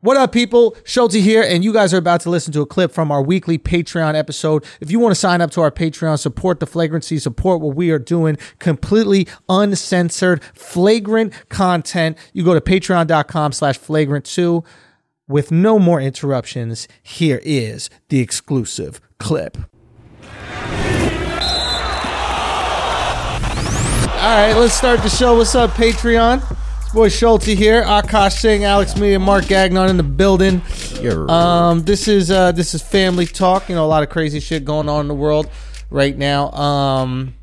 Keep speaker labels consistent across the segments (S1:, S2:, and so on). S1: What up, people? Schulte here, and you guys are about to listen to a clip from our weekly Patreon episode. If you want to sign up to our Patreon, support the flagrancy, support what we are doing, completely uncensored, flagrant content, you go to patreon.com slash flagrant2. With no more interruptions, here is the exclusive clip. All right, let's start the show. What's up, Patreon? It's boy Schulte here. Akash Singh, Alex Me, and Mark Gagnon in the building. Um, this is uh, this is family talk. You know, a lot of crazy shit going on in the world right now. Um,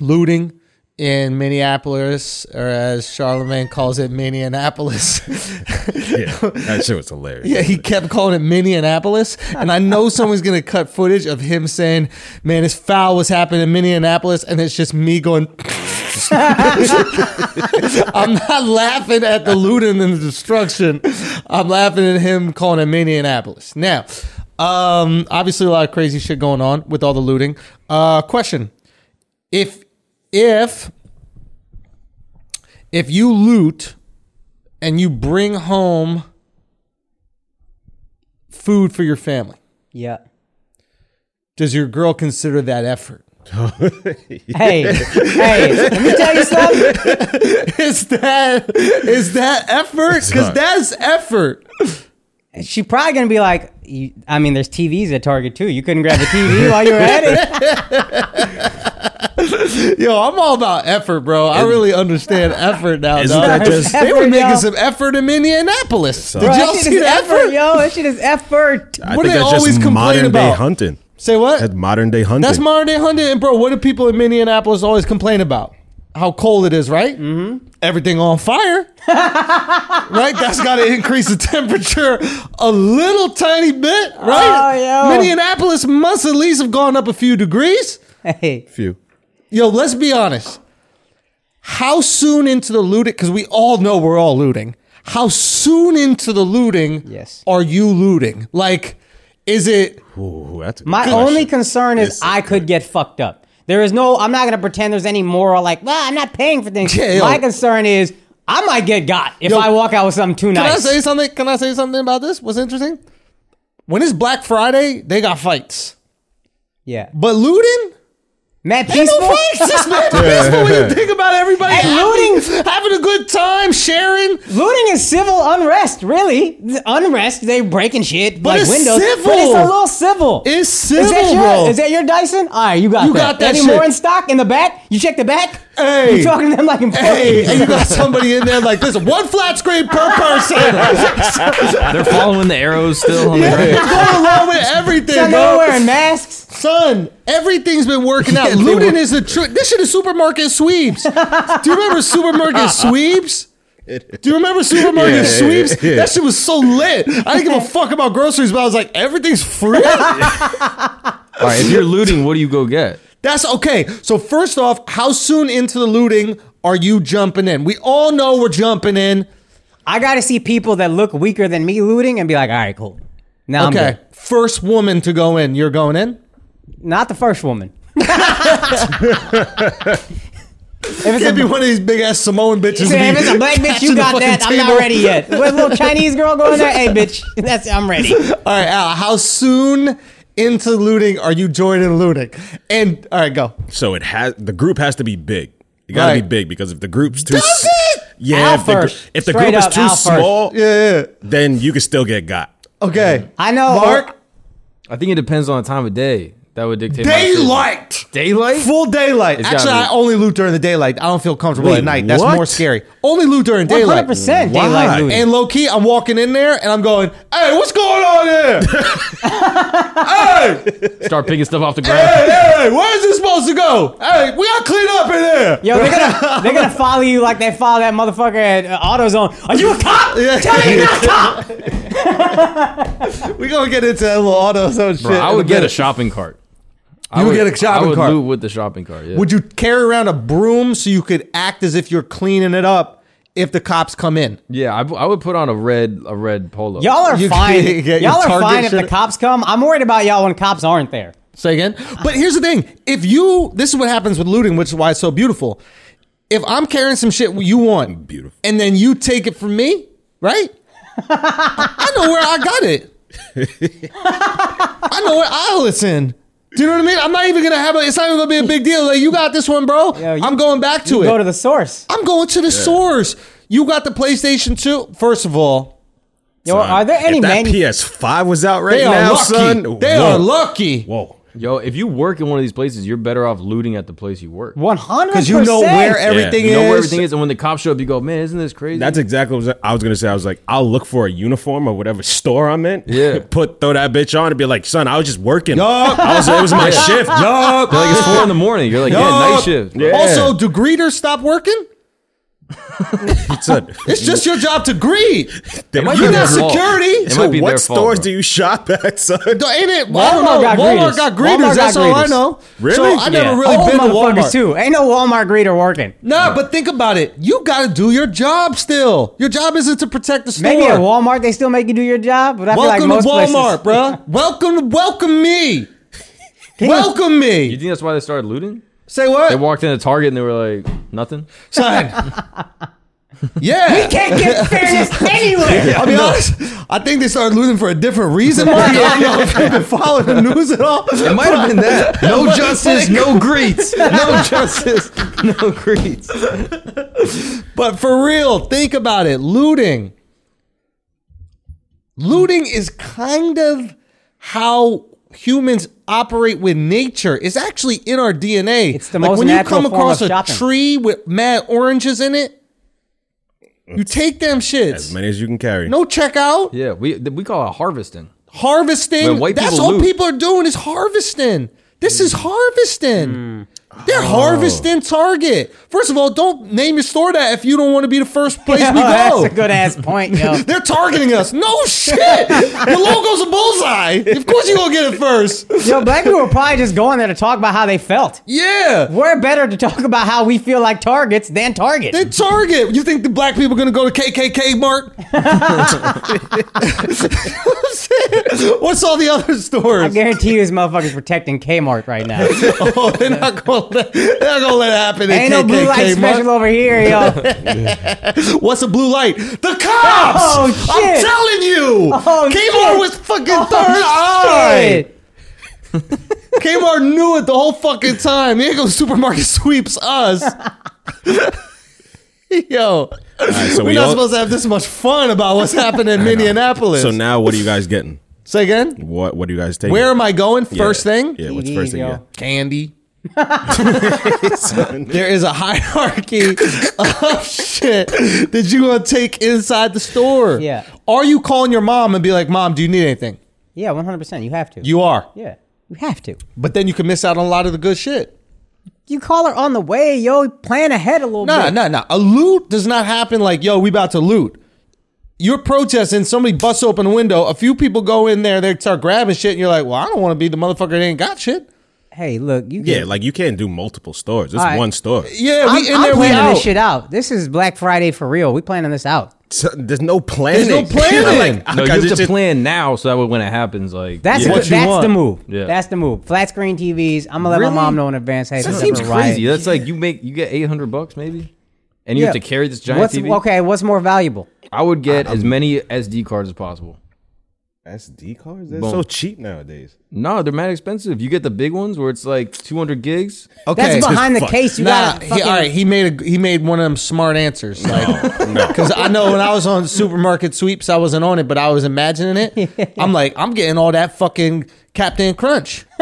S1: looting in Minneapolis, or as Charlemagne calls it, Minneapolis.
S2: yeah, that shit was hilarious.
S1: Yeah, he kept calling it Minneapolis, and I know someone's gonna cut footage of him saying, "Man, this foul was happening in Minneapolis," and it's just me going. I'm not laughing at the looting and the destruction. I'm laughing at him calling it Minneapolis. Now, um, obviously, a lot of crazy shit going on with all the looting. Uh, question: If if if you loot and you bring home food for your family.
S3: Yeah.
S1: Does your girl consider that effort?
S3: Hey, hey, let me tell you something.
S1: is that is that effort? Because
S2: not.
S1: that's effort.
S3: She probably gonna be like, you- I mean, there's TVs at Target too. You couldn't grab the TV while you were at it.
S1: Yo, I'm all about effort, bro. I really understand effort now.
S2: Isn't
S1: dog.
S2: that just-
S1: they were
S3: Effort,
S1: making
S3: yo.
S1: some effort in Minneapolis? Did
S2: Bro,
S1: y'all
S3: That shit
S1: see
S3: is
S1: the effort?
S3: yo. That shit is effort.
S2: I
S1: What do
S2: think
S1: they
S2: that's
S1: always
S2: just
S1: complain
S2: modern day
S1: about?
S2: hunting.
S1: Say what?
S2: That's modern day hunting.
S1: That's modern day hunting. And bro, what do people in Minneapolis always complain about? How cold it is, right? Mm-hmm. Everything on fire, right? That's got to increase the temperature a little tiny bit, right?
S3: Oh, yo.
S1: Minneapolis must at least have gone up a few degrees.
S3: Hey,
S2: Phew.
S1: Yo, let's be honest. How soon into the looting? Because we all know we're all looting. How soon into the looting
S3: Yes.
S1: are you looting? Like, is it?
S2: Ooh, that's a good
S3: my
S2: question.
S3: only concern is
S2: It's-
S3: I could get fucked up. There is no. I'm not gonna pretend there's any moral. Like, well, I'm not paying for things.
S1: Yeah, yo.
S3: my concern is I might get got if
S1: Yo,
S3: I walk out with something too
S1: Can
S3: nice.
S1: I say something? Can I say something about this? What's interesting? When it's Black Friday, they got fights.
S3: yeah,
S1: But looting?
S3: Matt
S1: Ain't
S3: Peaceful.
S1: no fights. It's not peaceful when you think about everybody
S3: Hey,
S1: looting,
S3: looting-
S1: having a good time, sharing.
S3: Looting is civil unrest, really. The unrest, they breaking shit,
S1: But
S3: like
S1: it's
S3: windows.
S1: civil.
S3: But it's a little civil.
S1: It's
S3: Is
S1: civil,
S3: that your,
S1: bro.
S3: Is that your Dyson? All right, you got
S1: You
S3: that.
S1: got that
S3: Any
S1: shit.
S3: more in stock in the back? You check the back?
S1: Hey.
S3: You talking to them like
S1: Hey,
S3: employees?
S1: and you got somebody in there like this one flat screen per person.
S4: They're following the arrows still. On the
S1: It's going along with everything,
S3: Son, they were
S1: bro.
S3: wearing masks.
S1: Son, everything's been working out. Looting is the truth. This shit is supermarket sweeps. Do you remember supermarket sweeps? Do you remember supermarket
S2: Yeah, yeah,
S1: sweeps?
S2: yeah.
S1: That shit was so lit. I didn't give a fuck about groceries, but I was like, everything's free.
S4: All right, if you're looting, what do you go get?
S1: That's okay. So first off, how soon into the looting are you jumping in? We all know we're jumping in.
S3: I got to see people that look weaker than me looting and be like, all right, cool. Now I'm
S1: Okay,
S3: good.
S1: first woman to go in, you're going in.
S3: Not the first woman. if it's
S1: Can't
S3: a
S1: be one of these big ass Samoan bitches.
S3: See, if it's a black bitch, you got
S1: Catching the
S3: that.
S1: fucking
S3: I'm
S1: table.
S3: not ready yet. With a little Chinese girl going there, hey bitch, that's I'm ready.
S1: All right, Al, how soon into looting are you joining looting? And all right, go.
S2: So it has the group has to be big. It got to
S1: Right.
S2: be big because if the group's too
S1: Does
S2: s-
S1: it?
S2: yeah, if the, gr-
S3: Alphers.
S2: if the
S3: Straight
S2: group is
S3: up
S2: too
S3: alphers.
S2: small,
S1: Yeah.
S2: then you can still get got.
S1: Okay.
S3: Mm-hmm. I know.
S1: Mark,
S4: I think it depends on the time of day. That would dictate. my decision.
S1: daylight.
S4: Daylight.
S1: Full daylight.
S4: It's gotta
S1: Actually,
S4: be-
S1: I only loot during the daylight. I don't feel comfortable
S2: Wait,
S1: at night. That's
S2: what?
S1: more scary. Only loot during
S3: One
S1: daylight.
S3: hundred percent
S2: Why?
S3: daylight looting.
S1: And low key, I'm walking in there and I'm going, hey, what's going on here? hey,
S4: Start picking stuff off the ground.
S1: hey, hey, where is this supposed to go? Hey, we got to clean up in here.
S3: Yo, they're gonna they're gonna follow you like they follow that motherfucker at uh, AutoZone. Are you a cop?
S1: Yeah.
S3: Tell me you're not a cop.
S1: We're going to get into that little auto zone shit.
S4: Bro, I
S1: in
S4: would get a
S1: minute.
S4: shopping cart. I
S1: You would get a shopping
S4: I would
S1: cart.
S4: loot with the shopping cart. Yeah.
S1: Would you carry around a broom so you could act as if you're cleaning it up if the cops come in?
S4: yeah, I, I would put on a red a red polo.
S3: Y'all are
S1: You
S3: fine.
S1: can't get your
S3: Y'all are
S1: Target
S3: fine if
S1: shit-
S3: the cops come. I'm worried about y'all when cops aren't there.
S1: Say again. But here's the thing: if you, this is what happens with looting, which is why it's so beautiful. If I'm carrying some shit you want,
S2: Beautiful.
S1: and then you take it from me, right? I know where I got it. I know what aisle it's in. Do you know what I mean? I'm not even gonna have a. It's not even gonna be a big deal. Like you got this one, bro.
S3: Yo, you-
S1: I'm going back to it.
S3: Go to the source.
S1: I'm going to the source. You got the PlayStation 2. First of all,
S3: Yo, are there any
S2: if that
S3: manu-
S2: PS5 was out right
S1: they are
S2: now,
S1: lucky.
S2: son?
S1: They
S2: whoa,
S1: are lucky.
S2: Whoa.
S4: Yo, if you work in one of these places, you're better off looting at the place you work.
S3: 100%.
S1: Because you know where everything
S4: You know where
S1: is.
S4: everything is, and when the cops show up, you go, "Man, isn't this crazy?"
S2: That's exactly what I was gonna say. I was like, I'll look for a uniform or whatever store I'm in.
S4: Yeah.
S2: Put throw that bitch on and be like, son, I was just working.
S1: Yup.
S2: I was it was my shift.
S4: They're like it's four in the morning. You're like, yeah, night shift.
S2: Yeah.
S1: Also, do greeters stop working?
S2: Son,
S1: It's just your job to greet.
S2: they-
S4: might be
S1: You
S4: their
S1: got
S4: fault.
S1: security.
S4: It
S2: So
S4: might be
S2: what
S4: their fault,
S2: stores
S4: bro.
S2: do you shop at, son?
S1: No, Ain't it? Well, I don't know.
S3: Walmart got
S1: Oh, Walmart
S3: greeters.
S1: got greeters.
S3: Walmart got
S1: That's all I
S3: greeters.
S1: know.
S2: Really?
S1: So I never
S4: Yeah.
S1: really
S3: Old
S1: been to
S3: motherfuckers
S1: Walmart.
S3: too. Ain't no Walmart greeter working.
S1: Nah, but think about it. You got to do your job still. Your job isn't to protect the store.
S3: Maybe at Walmart they still make you do your job, but I
S1: Welcome
S3: feel like most
S1: to Walmart,
S3: places,
S1: bruh. Welcome, welcome me.
S3: Can you-
S1: welcome
S4: You
S1: me.
S4: think that's why they started looting?
S1: Say what?
S4: They walked into Target and they were like, "Nothing."
S1: Son. yeah.
S3: Can't get fairness anywhere.
S1: I'll be honest. I think they started losing for a different reason. Mark. I don't know if you've been following the news at all.
S4: It might have been that. No justice, no greets. No justice, no greets.
S1: But for real, think about it. Looting. Looting is kind of how humans operate with nature. It's actually in our DNA.
S3: It's the
S1: like
S3: most
S1: when you
S3: natural
S1: come
S3: form
S1: across
S3: of
S1: a
S3: shopping.
S1: tree with mad oranges in it, you take them shits.
S2: As many as you can carry.
S1: No checkout.
S4: Yeah, we th- we call it harvesting.
S1: harvesting.
S4: When white
S1: That's
S4: people
S1: all
S4: loot.
S1: people are doing is harvesting. This is harvesting. They're harvesting Target. First of all, don't name your store that if you don't want to be the first place
S3: Yo,
S1: we
S3: Oh, that's
S1: go.
S3: a good ass point, yo.
S1: They're targeting us. No shit. Your logo's a bullseye. Of course you gonna get it first.
S3: yo, black people were probably just going there to talk about how they felt.
S1: Yeah.
S3: We're better to talk about how we feel like targets than Target.
S1: They're Target. You think the black people are gonna go to KKK Mart? I'm saying, What's all the other stores?
S3: I guarantee you, this motherfucker's protecting Kmart right now.
S1: oh, they're not gonna let, they're not gonna let it happen. in
S3: Ain't no blue light
S1: KKK Mart.
S3: special over here, yo.
S1: What's a blue light? The cops!
S3: Oh,
S1: I'm
S3: shit.
S1: telling you!
S3: Oh,
S1: Kmart
S3: shit. Oh,
S1: was fucking third eye!
S3: Shit.
S1: Kmart knew it the whole fucking time. Here goes supermarket sweeps us. Yo,
S2: right, so
S1: we're
S2: we
S1: not
S2: all-
S1: supposed to have this much fun about what's happening in Minneapolis.
S2: So now what are you guys getting?
S1: Say again?
S2: What what do you guys take?
S1: Where am I going?
S2: Yeah.
S1: First thing?
S2: Yeah, what's the first thing?
S3: Yo.
S2: Yeah.
S1: Candy. there is a hierarchy of shit that you gonna take inside the store.
S3: Yeah.
S1: Are you calling your mom and be like, "Mom, do you need anything?"
S3: Yeah, 100%. You have to.
S1: You are,
S3: yeah, you have to.
S1: but then you can miss out on a lot of the good shit.
S3: You call her on the way, yo. Plan ahead a little
S1: Nah,
S3: bit.
S1: nah, nah. A loot does not happen like, "Yo, we about to loot." You're protesting. Somebody busts open a window. A few people go in there. They start grabbing shit, and you're like, "Well, I don't want to be the motherfucker that ain't got shit."
S3: Hey, look, you.
S2: Yeah,
S3: can-
S2: like you can't do multiple stores. It's
S3: All right.
S2: one store.
S1: Yeah, we
S3: I'm,
S1: in
S3: I'm
S1: there. We
S3: planning
S1: out.
S3: this shit out. This is Black Friday for real. We planning this out.
S2: So, there's no planning.
S1: There's no planning.
S2: I
S4: No, you
S2: got
S4: have to
S2: just-
S4: plan now so that way when it happens, like
S3: That's
S1: Yeah.
S3: a
S1: What
S3: good,
S1: you
S3: that's
S1: want.
S3: the move.
S4: Yeah.
S3: That's the move. Flat screen TVs. I'm gonna let
S4: Really?
S3: my mom know in advance. Hey,
S4: that
S3: this
S4: seems
S3: is a riot.
S4: crazy. That's like you make you get eight hundred bucks maybe, and you have to
S3: Yeah.
S4: carry this giant
S3: what's,
S4: TV.
S3: Okay, what's more valuable?
S4: I would get as many SD cards as possible.
S2: SD cards? They're
S4: Boom.
S2: so cheap nowadays.
S4: No, they're mad expensive. You get the big ones where it's like two hundred gigs.
S1: Okay.
S3: That's behind the
S2: fuck.
S3: case. You
S1: nah,
S3: got
S1: he, all right. He made a, he made one of them smart answers.
S2: no.
S1: Because I know when I was on supermarket sweeps, I wasn't on it, but I was imagining it. I'm like, I'm getting all that fucking Captain Crunch.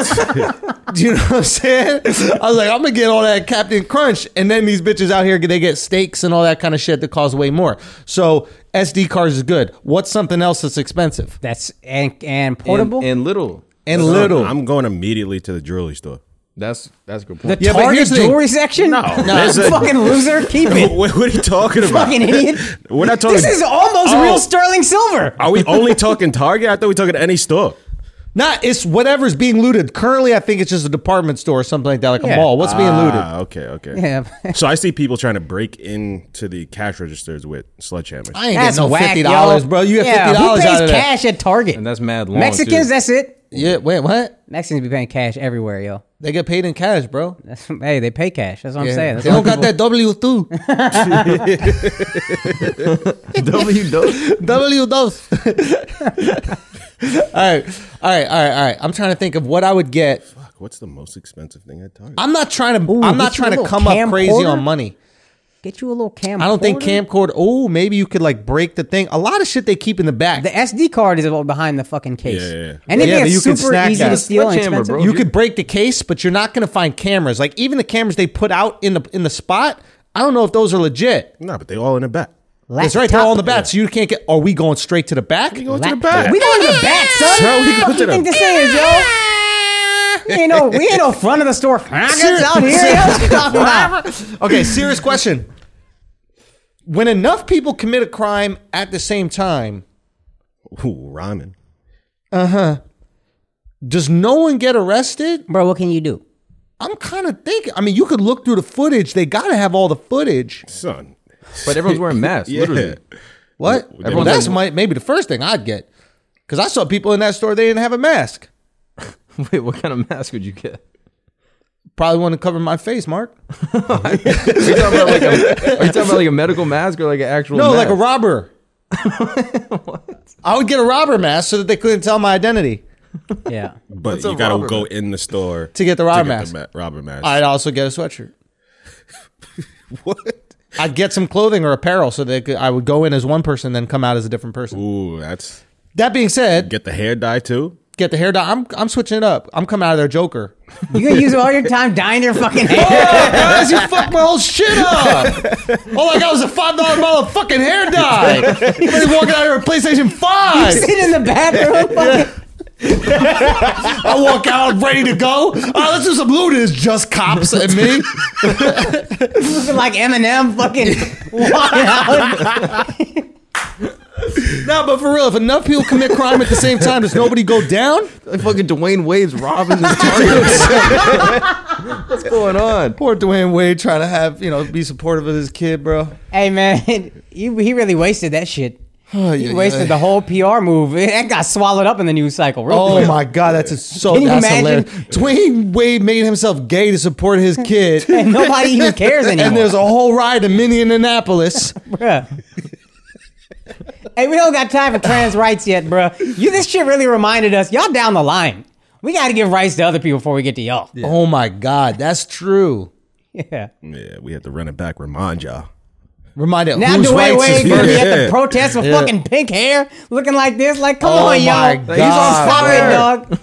S1: Do you know what I'm saying? I was like, I'm gonna get all that Captain Crunch, and then these bitches out here they get steaks and all that kind of shit that costs way more. So SD cards is good. What's something else that's expensive
S3: That's and and
S4: And-
S3: portable.
S4: and, little.
S1: and
S2: No,
S1: little?
S2: I'm going immediately to the jewelry store.
S4: That's that's a good point.
S3: the
S1: Yeah, but
S3: Target
S1: here's the thing.
S3: jewelry section. No,
S2: there's a-
S3: fucking loser. Keep it.
S2: what, what are you talking about?
S3: fucking idiot.
S2: We're not talking.
S3: This is almost
S2: Oh.
S3: real sterling silver.
S2: Are we only talking Target? I thought we were talking any store.
S1: Not it's whatever's being looted. Currently, I think it's just a department store or something like that, like a
S3: Yeah.
S1: mall. What's being looted?
S2: Ah, okay, okay.
S3: Yeah.
S2: so I see people trying to break into the cash registers with sledgehammers.
S1: I ain't
S3: That's
S1: getting no
S3: whack,
S1: fifty dollars,
S3: yo.
S1: bro. You have
S3: Yeah,
S1: fifty dollars
S3: Who pays
S1: out of that.
S3: cash at Target?
S4: and that's mad long.
S3: Mexicans.
S4: Too.
S3: That's it.
S1: Yeah, wait, what?
S3: Mexicans be paying cash everywhere, yo.
S1: They get paid in cash, bro.
S3: That's, hey, they pay cash. That's what I'm
S1: Yeah.
S3: saying. That's
S1: They
S3: why
S1: don't got
S3: people-
S1: that W two,
S4: W dope.
S1: W dos. All right, all right, all right, all right. I'm trying to think of what I would get.
S2: Fuck, what's the most expensive thing at Target?
S1: I'm not trying to.
S3: Ooh,
S1: I'm not
S3: get you
S1: trying
S3: a
S1: to
S3: little
S1: come up crazy
S3: camcorder?
S1: on money.
S3: Get you a little camcorder.
S1: I don't think camcorder. Oh, maybe you could like break the thing. A lot of shit they keep in the back.
S3: The SD card is all behind the fucking case.
S2: Yeah, yeah, yeah.
S3: Anything
S1: Yeah, but
S3: that's
S1: you can
S3: super
S1: snack
S3: easy
S1: at
S3: to
S1: it.
S3: steal and
S4: Sledgehammer,
S3: expensive.
S4: bro.
S1: you could break the case, but you're not going to find cameras. Like even the cameras they put out in the in the spot. I don't know if those are legit.
S2: no, but they all in the back.
S1: That's right. They're all in the back, so you can't get. Are we going straight to the back?
S2: Go to the
S3: Laptop.
S2: back.
S3: We going to the back, son.
S2: Son, we
S3: What
S2: go
S3: the fuck
S2: to
S3: you
S2: the
S3: think this is, yo? We ain't no, we ain't no front of the store. Crackers out here. yo. What you talking about?
S1: okay, serious question. When enough people commit a crime at the same time,
S2: Ooh, ramen.
S1: does no one get arrested?
S3: Bro, what can you do?
S1: I'm kind of thinking. I mean, you could look through the footage. They got to have all the footage.
S2: Son.
S4: But everyone's wearing masks. Literally.
S1: What? Well,
S4: Everyone's
S1: that's
S4: like-
S1: my, maybe the first thing I'd get. Because I saw people in that store, they didn't have a mask.
S4: Wait, what kind of mask would you get?
S1: Probably want to cover my face, Mark.
S4: Are you talking about like a, are you talking about like a medical mask or like an actual?
S1: No, like
S4: mask?
S1: a robber. I would get a robber mask so that they couldn't tell my identity.
S3: Yeah.
S2: But
S4: a
S2: you gotta
S4: robber
S2: go
S4: mask?
S2: in the store
S1: To get the robber mask.
S2: ma- robber mask.
S1: I'd also get a sweatshirt.
S2: what?
S1: I'd get some clothing or apparel so that I would go in as one person, then come out as a different person.
S2: Ooh, that's
S1: That being said,
S2: get the hair dye too.
S1: get the hair dye. I'm I'm switching it up. I'm coming out of there Joker.
S3: You gonna use all your time dyeing your fucking hair?
S1: Guys, you fucked my whole shit up. All I got was a five dollar bottle of fucking hair dye. Everybody's walking out here with PlayStation Five.
S3: Sit in the bathroom. fucking-
S1: I walk out ready to go. All right, let's do some looting. It's just cops and me.
S3: looking like Eminem fucking walking out.
S1: No, but for real, if enough people commit crime at the same time, does nobody go down?
S4: Like fucking Dwayne Wade's robbing this target. What's going on?
S1: Poor Dwayne Wade trying to have you know be supportive of his kid, bro.
S3: Hey man, you, he really wasted that shit.
S1: Oh,
S3: He wasted the whole PR move. That got swallowed up in the news cycle. Real
S1: Oh
S3: quick.
S1: my god, that's a, so
S3: Can you
S1: that's
S3: imagine?
S1: hilarious. Dwayne Wade made himself gay to support his kid.
S3: And nobody even cares anymore.
S1: And there's a whole ride to Minneapolis.
S3: Bruh. hey, we don't got time for trans rights yet, bruh. You this shit really reminded us, y'all down the line. We gotta give rights to other people before we get to y'all. Yeah.
S1: Oh my god, that's true.
S2: Yeah, we had to run it back. Remind y'all.
S1: Remind it.
S3: Now
S1: whose
S3: Dwayne
S1: rights is
S3: Wade
S2: Yeah.
S3: gonna be
S1: first?
S3: at the protest with fucking pink hair, looking like this. Like, come
S1: Oh
S3: on,
S1: my
S3: y'all.
S1: God,
S3: He's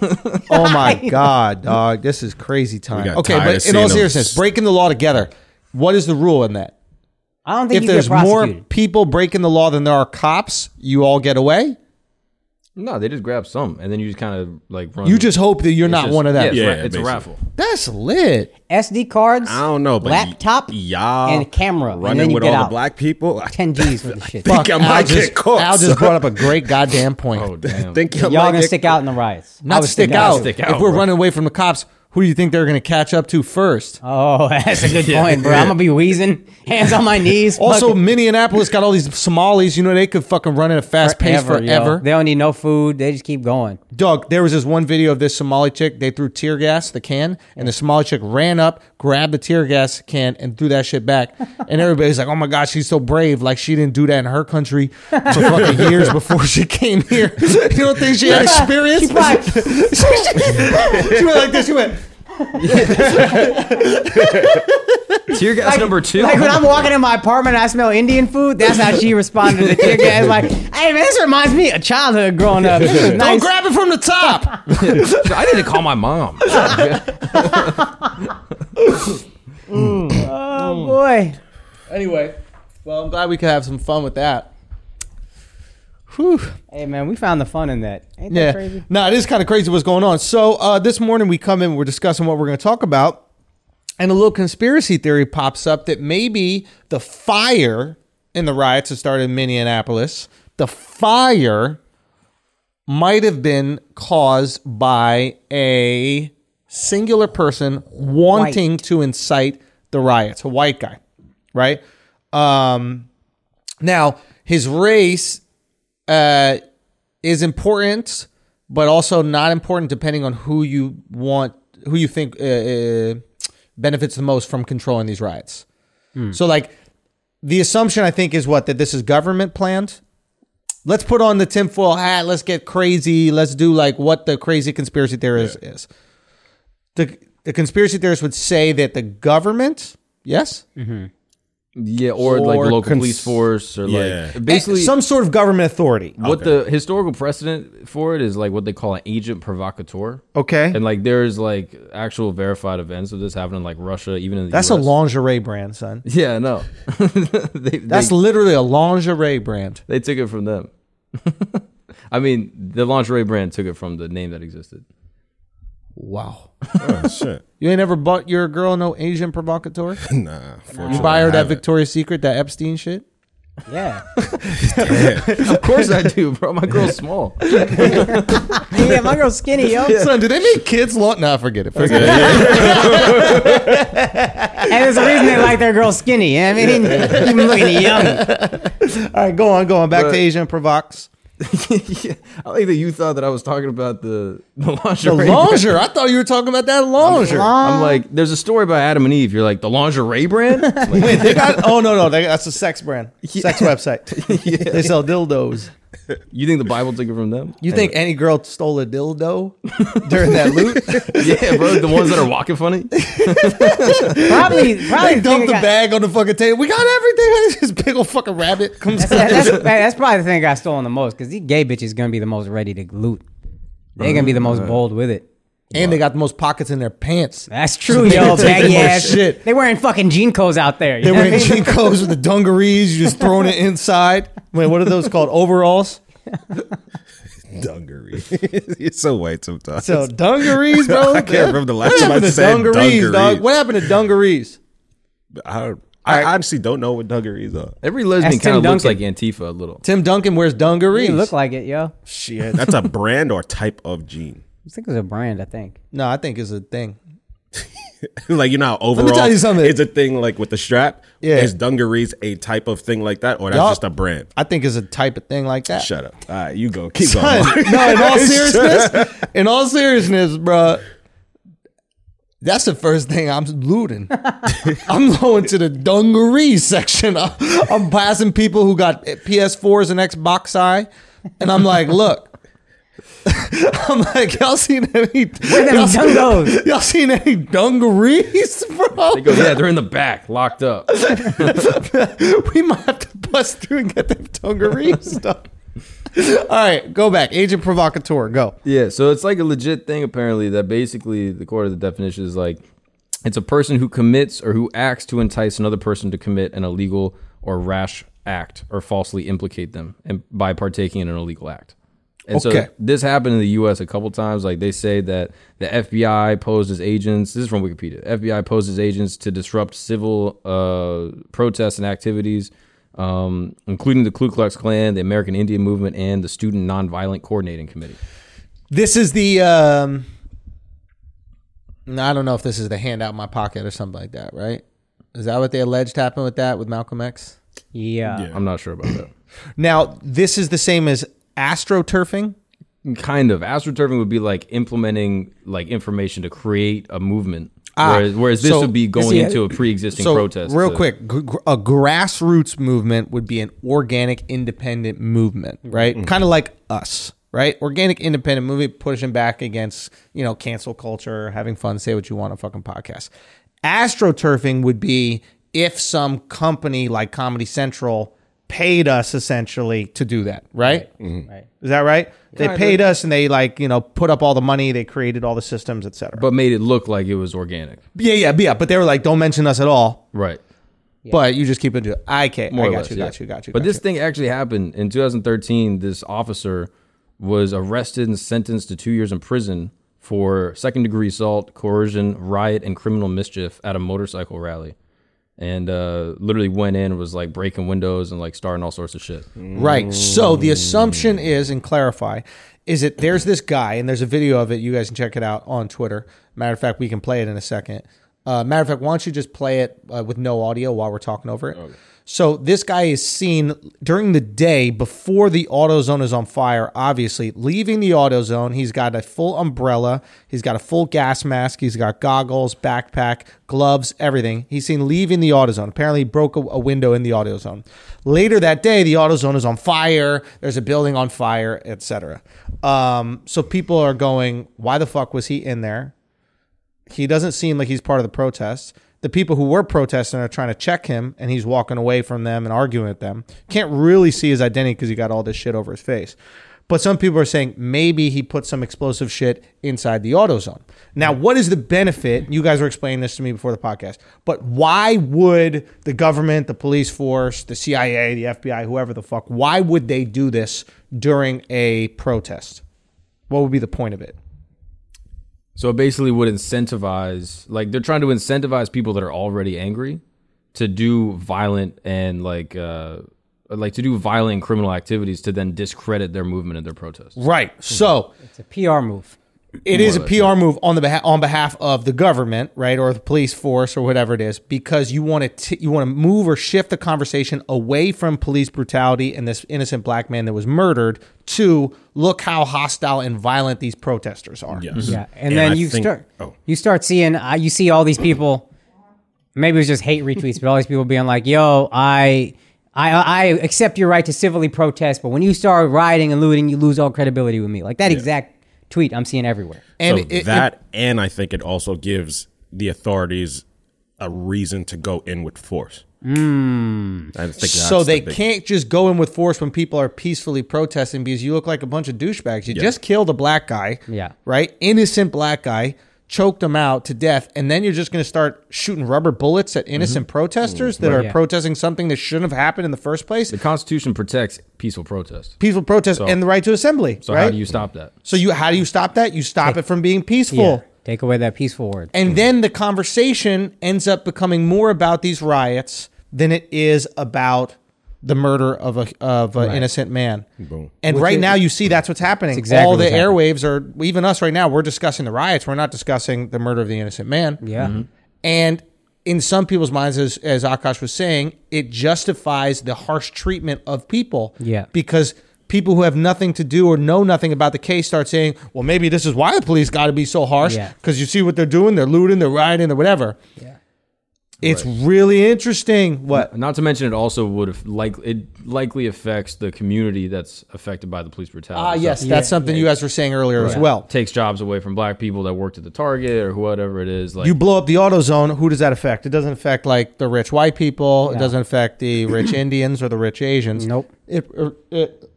S1: bro.
S3: on fire, dog.
S1: Oh my god, dog, this is crazy time.
S2: got
S1: Okay,
S2: tired
S1: but
S2: of
S1: in all
S2: seeing them.
S1: seriousness, breaking the law together. What is the rule in that?
S3: I don't think
S1: If
S3: you
S1: there's
S3: get
S1: more
S3: prosecuted.
S1: people breaking the law than there are cops, you all get away.
S4: No, they just grab some and then you just kind of like run.
S1: You just hope that you're
S4: Um, It's
S1: not
S4: just-
S1: one of them.
S4: Yeah, it's,
S2: Yeah,
S4: ra- it's a
S2: basically.
S4: raffle.
S1: That's lit.
S3: SD cards.
S2: I don't know, but y-
S3: laptop
S2: y'all
S3: and camera, and
S2: running
S3: then you
S2: with
S3: get
S2: all the
S3: out.
S2: black people. I
S3: ten G's for the shit.
S2: think I
S1: Al
S2: might
S1: just,
S2: get caught.
S1: Al just brought up a great goddamn point.
S4: Oh damn!
S2: think y'all,
S3: Y'all
S2: might
S3: gonna
S2: get
S3: stick out in the riots. I
S1: not
S3: was
S1: stick
S3: thinking-
S1: out.
S4: stick
S1: if
S4: out,
S1: we're
S4: bro.
S1: running away from the cops, who do you think they're going to catch up to first?
S3: Oh, that's a good point, bro. I'm gonna be wheezing, hands on my knees.
S1: also,
S3: fucking-
S1: Minneapolis got all these Somalis. You know, they could fucking run at a fast
S3: Forever,
S1: pace
S3: yo.
S1: forever.
S3: They don't need no food. They just keep going.
S1: Dog, there was this one video of this Somali chick. They threw tear gas, the can, and the Somali chick ran up, grabbed the tear gas can, and threw that shit back. And everybody's like, oh my God, she's so brave. Like, she didn't do that in her country for fucking years before she came here. you don't think she had experience?
S3: She probably-
S1: she went like this. She went,
S4: Tear gas number two.
S3: Like when I'm walking in my apartment and I smell Indian food, that's how she responded to the tear gas. Like, hey man, this reminds me of childhood growing up. This is
S1: don't
S3: nice.
S1: grab it from the top.
S4: I need to call my mom.
S3: oh boy.
S1: Anyway, well, I'm glad we could have some fun with that. Whew.
S3: Hey man, we found the fun in that. Ain't that
S1: Yeah.
S3: crazy?
S1: No, it is kind of crazy what's going on. So uh, this morning we come in, we're discussing what we're going to talk about, and a little conspiracy theory pops up that maybe the fire in the riots that started in Minneapolis, the fire might have been caused by a singular person wanting to incite the riots, a white guy, right? Um, now his race uh, is important, but also not important depending on who you want, who you think uh, uh, benefits the most from controlling these riots. So, like, the assumption I think is what that this is government planned. Let's put on the tinfoil hat. Let's get crazy. Let's do like what the crazy conspiracy theorist is. The the conspiracy theorist would say that the government, yes,
S4: Yeah, or, like
S1: Or
S4: the local
S2: cons-
S4: police force, or
S2: Yeah.
S4: like basically
S1: some sort of government authority.
S4: what the historical precedent for it is like what they call an agent provocateur.
S3: Oh.
S1: Okay,
S4: And like there's like actual verified events of this happening, in, like Russia, even in the
S1: that's a
S4: US.
S1: lingerie brand, son.
S4: Yeah, no, they,
S1: That's
S4: they,
S1: literally a lingerie brand.
S4: they took it from them. I mean, the lingerie brand took it from the name that existed.
S1: Wow.
S2: Oh, shit.
S1: You ain't ever bought your girl no Asian provocateur?
S2: Nah. fortunately,
S1: You buy
S2: I
S1: her that
S2: haven't.
S1: Victoria's Secret, that Epstein shit?
S3: Yeah.
S4: Of course I do, bro. My girl's small.
S3: yeah, my girl's skinny, yo.
S1: Son, do they make kids long? Nah, forget it. Forget
S3: And there's a reason they like their girl skinny. I mean, even looking yummy.
S1: it. All right, go on, go on. Back
S4: But-
S1: to Asian provox.
S4: yeah, I like that you thought that I was talking about the the
S1: The
S4: lingerie. brand.
S1: lingerie. I thought you were talking about that lingerie.
S4: I'm like, there's a story about Adam and Eve. You're like the lingerie brand. Like,
S1: Wait, they got? Oh no, no, they, that's a sex brand, sex website. They sell dildos.
S4: you think the Bible took it from them?
S1: You think any girl stole a dildo during that loot?
S4: yeah, bro. The ones that are walking funny.
S3: Probably, probably
S1: they
S3: thing
S1: dumped the
S3: that got-
S1: bag on the fucking table. We got everything. this big old fucking rabbit comes out.
S3: Yeah, that's, hey, that's probably the thing that got stolen the most because these gay bitches gonna be the most ready to loot. They're gonna be the most bold with it.
S1: and they got the most pockets in their pants.
S3: That's true, yo.
S1: They
S3: Baggy
S1: taking more
S3: ass
S1: shit.
S3: They wearing fucking jean coats out there. You
S1: They
S3: know
S1: were in
S3: what I mean?
S1: jinkos with the dungarees, you just throwing it inside. Wait, what are those called? Overalls?
S2: dungaree. it's so white sometimes.
S1: So dungarees, bro.
S2: I can't remember the last time I said dungarees.
S1: dog? What happened to dungarees?
S2: I, I honestly don't know what dungarees are.
S4: Every lesbian
S3: That's Tim
S4: kind of looks like
S3: Duncan.
S4: Antifa a little.
S1: Tim Duncan wears dungarees.
S3: You look like it, yo. I
S1: shit.
S2: That's a brand or type of jean.
S3: think it's a brand. I think.
S1: No, I think it's a thing.
S2: like you know, how overall,
S1: me tell you something.
S2: It's a thing like with the strap.
S1: Yeah.
S2: is dungarees a type of thing like that, or that's
S1: Yup.
S2: just a brand?
S1: I think it's a type of thing like that.
S2: Shut up. All right, you go. Keep
S1: Son,
S2: going.
S1: no, in all seriousness, in all seriousness, bro, that's the first thing I'm looting. I'm going to the dungaree section. I'm, I'm passing people who got PS4s and Xbox I, and I'm like, look. I'm like, y'all seen any?
S3: them
S1: y'all, seen-
S3: dungos?
S1: y'all seen any dungarees, bro?
S4: They go, yeah, they're in the back, locked up.
S1: we might have to bust through and get them dungarees stuff. All right, go back. Agent provocateur, go.
S4: Yeah, so it's like a legit thing apparently that basically the core of the definition is like it's a person who commits or who acts to entice another person to commit an illegal or rash act or falsely implicate them and by partaking in an illegal act. And
S1: Okay.
S4: so this happened in the US a couple times. Like they say that the FBI posed as agents. This is from Wikipedia. FBI posed as agents to disrupt civil uh, protests and activities, um, including the Ku Klux Klan, the American Indian Movement, and the Student Nonviolent Coordinating Committee.
S1: This is the. Um, no, I don't know if this is the hand out my pocket or something like that, right? Is that what they alleged happened with that with Malcolm X?
S3: Yeah.
S4: I'm not sure about that.
S1: Now, this is the same as astroturfing.
S4: kind of astroturfing would be like implementing like information to create a movement, whereas, whereas this
S1: Ah, so- uh,
S4: would be going
S3: see,
S4: into a pre-existing
S1: So,
S4: protest. uh,
S1: real
S4: to-
S1: quick, gr- gr- a grassroots movement would be an organic, independent movement, right?
S4: Mm-hmm.
S1: Kind of like us, right? Organic, independent movement pushing back against you know cancel culture, having fun, say what you want on fucking podcast. Astroturfing would be if some company like Comedy Central paid us essentially to do that, right?
S4: Mm-hmm.
S3: Right.
S1: Is that right? They paid us and they like you know put up all the money, they created all the systems, etc.
S4: but made it look like it was organic,
S1: Yeah, yeah, yeah. But they were like, don't mention us at all.
S4: right?
S1: But you just keep it to I can't.
S4: More
S1: I
S4: or
S1: got
S4: less,
S1: you,
S4: yeah.
S1: got you, got you.
S4: But
S1: got
S4: this
S1: you.
S4: thing actually happened in 2013. This officer was arrested and sentenced to two years in prison for second-degree assault, coercion, riot, and criminal mischief at a motorcycle rally. And uh, literally went in, was like breaking windows and like starting all sorts of shit.
S1: right. So
S4: Mm.
S1: the assumption is, and clarify, is that there's this guy, and there's a video of it. You guys can check it out on Twitter. Matter of fact, we can play it in a second. Uh, matter of fact, why don't you just play it uh, with no audio while we're talking over it? So this guy is seen during the day before the auto zone is on fire, obviously, leaving the auto zone. He's got a full umbrella, he's got a full gas mask, he's got goggles, backpack, gloves, everything. He's seen leaving the auto zone. Apparently, he broke a, a window in the auto zone. Later that day, the auto zone is on fire, there's a building on fire, etc. Um, so people are going, why the fuck was he in there? he doesn't seem like he's part of the protest. The people who were protesting are trying to check him, and he's walking away from them and arguing with them. Can't really see his identity because he got all this shit over his face. But some people are saying maybe he put some explosive shit inside the auto zone. Now, what is the benefit? You guys were explaining this to me before the podcast, but why would the government, the police force, the CIA, the FBI, whoever the fuck, why would they do this during a protest? What would be the point of it?
S4: So it basically would incentivize, like they're trying to incentivize people that are already angry to do violent and like, uh, like to do violent criminal activities to then discredit their movement and their protest.
S1: Right. So.
S3: It's a PR move.
S1: it is a PR move on the beha- on behalf of the government, right, or the police force or whatever it is, because you want to you want to move or shift the conversation away from police brutality and this innocent black man that was murdered to look how hostile and violent these protesters are.
S2: Yes.
S3: Yeah, and, then
S2: I
S3: you
S2: think-
S3: start
S2: Oh,
S3: you start seeing uh, you see all these people. Maybe it was just hate retweets, but all these people being like, "Yo, I." I, I accept your right to civilly protest, but when you start rioting and looting, you lose all credibility with me. Like that exact tweet I'm seeing everywhere.
S1: And
S2: so
S1: it- it-
S2: that, and I think it also gives the authorities a reason to go in with force. Mm. I think
S1: Hmm. so
S2: that's
S1: they
S2: the big-
S1: can't just go in with force when people are peacefully protesting because you look like a bunch of douchebags. You just killed a black guy,
S3: Yeah.
S1: right? Innocent black guy, choked him out to death, and then you're just going to start shooting rubber bullets at
S4: Mm-hmm.
S1: innocent protesters that are
S3: Yeah.
S1: protesting something that shouldn't have happened in the first place.
S4: The Constitution protects peaceful protest.
S1: Peaceful protest and the right to assembly,
S4: So
S1: right?
S4: how do you stop that?
S1: so you how do you stop that? You stop it from being peaceful.
S3: Yeah. Take away that peaceful word.
S1: And then the conversation ends up becoming more about these riots than it is about the murder of a of an innocent man. And right now, you see that's what's happening.
S3: exactly
S1: All the
S3: what's happening.
S1: airwaves are even us right now. We're discussing the riots. We're not discussing the murder of the innocent man.
S3: yeah.
S2: Mm-hmm.
S1: And in some people's minds, as, as Akash was saying, it justifies the harsh treatment of people.
S3: Yeah.
S1: Because people who have nothing to do or know nothing about the case start saying, well, maybe this is why the police got to be so harsh.
S3: Yeah.
S1: Because you see what they're doing. They're looting, they're rioting, they're whatever.
S3: Yeah.
S1: It's really interesting. What?
S4: Not to mention, it also would have like it likely affects the community that's affected by the police brutality.
S1: Ah,
S4: So
S1: yes.
S4: it
S1: That's something you guys were saying earlier as well.
S4: takes jobs away from black people that worked at the Target or whatever it is. Like
S1: You blow up the auto zone, who does that affect? It doesn't affect like the rich white people. It doesn't affect the rich Indians or the rich Asians.
S3: Nope.
S1: It, er, it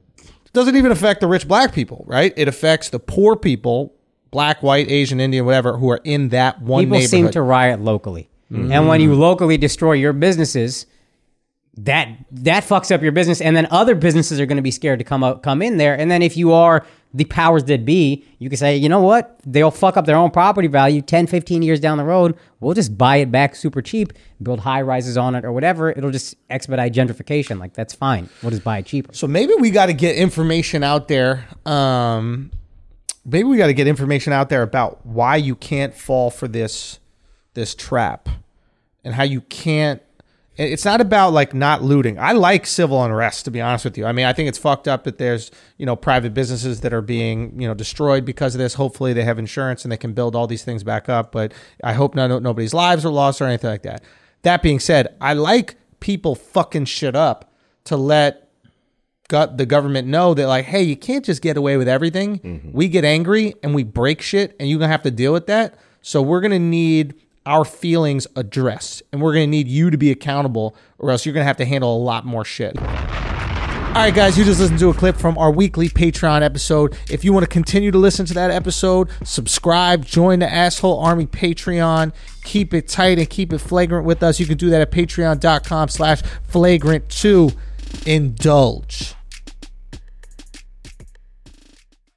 S1: doesn't even affect the rich black people, right? It affects the poor people, black, white, Asian, Indian, whatever, who are in that one
S3: People
S1: neighborhood. Mm-hmm.
S3: seem to riot locally, and when you locally destroy your businesses, that that fucks up your business, and then other businesses are going to be scared to come up, come in there, and then if you are the powers that be, you can say, you know what, they'll fuck up their own property value 10, 15 years down the road. We'll just buy it back super cheap, build high rises on it or whatever. It'll just expedite gentrification. Like that's fine. We'll just buy it cheaper.
S1: So maybe we got to get information out there. Um, maybe we got to get information out there about why you can't fall for this this trap and how you can't. and It's not about like not looting. I like civil unrest, to be honest with you. I mean, I think it's fucked up that there's you know private businesses that are being you know destroyed because of this. Hopefully, they have insurance and they can build all these things back up. But I hope none, nobody's lives are lost or anything like that. That being said, I like people fucking shit up to let got the government know that like hey you can't just get away with everything we get angry and we break shit and you're gonna have to deal with that so we're gonna need our feelings addressed and we're gonna need you to be accountable or else you're gonna have to handle a lot more shit all right, guys, you just listened to a clip from our weekly Patreon episode. If you want to continue to listen to that episode, subscribe, join the Asshole Army Patreon. Keep it tight and keep it flagrant with us. You can do that at patreon.com slash flagrant to indulge.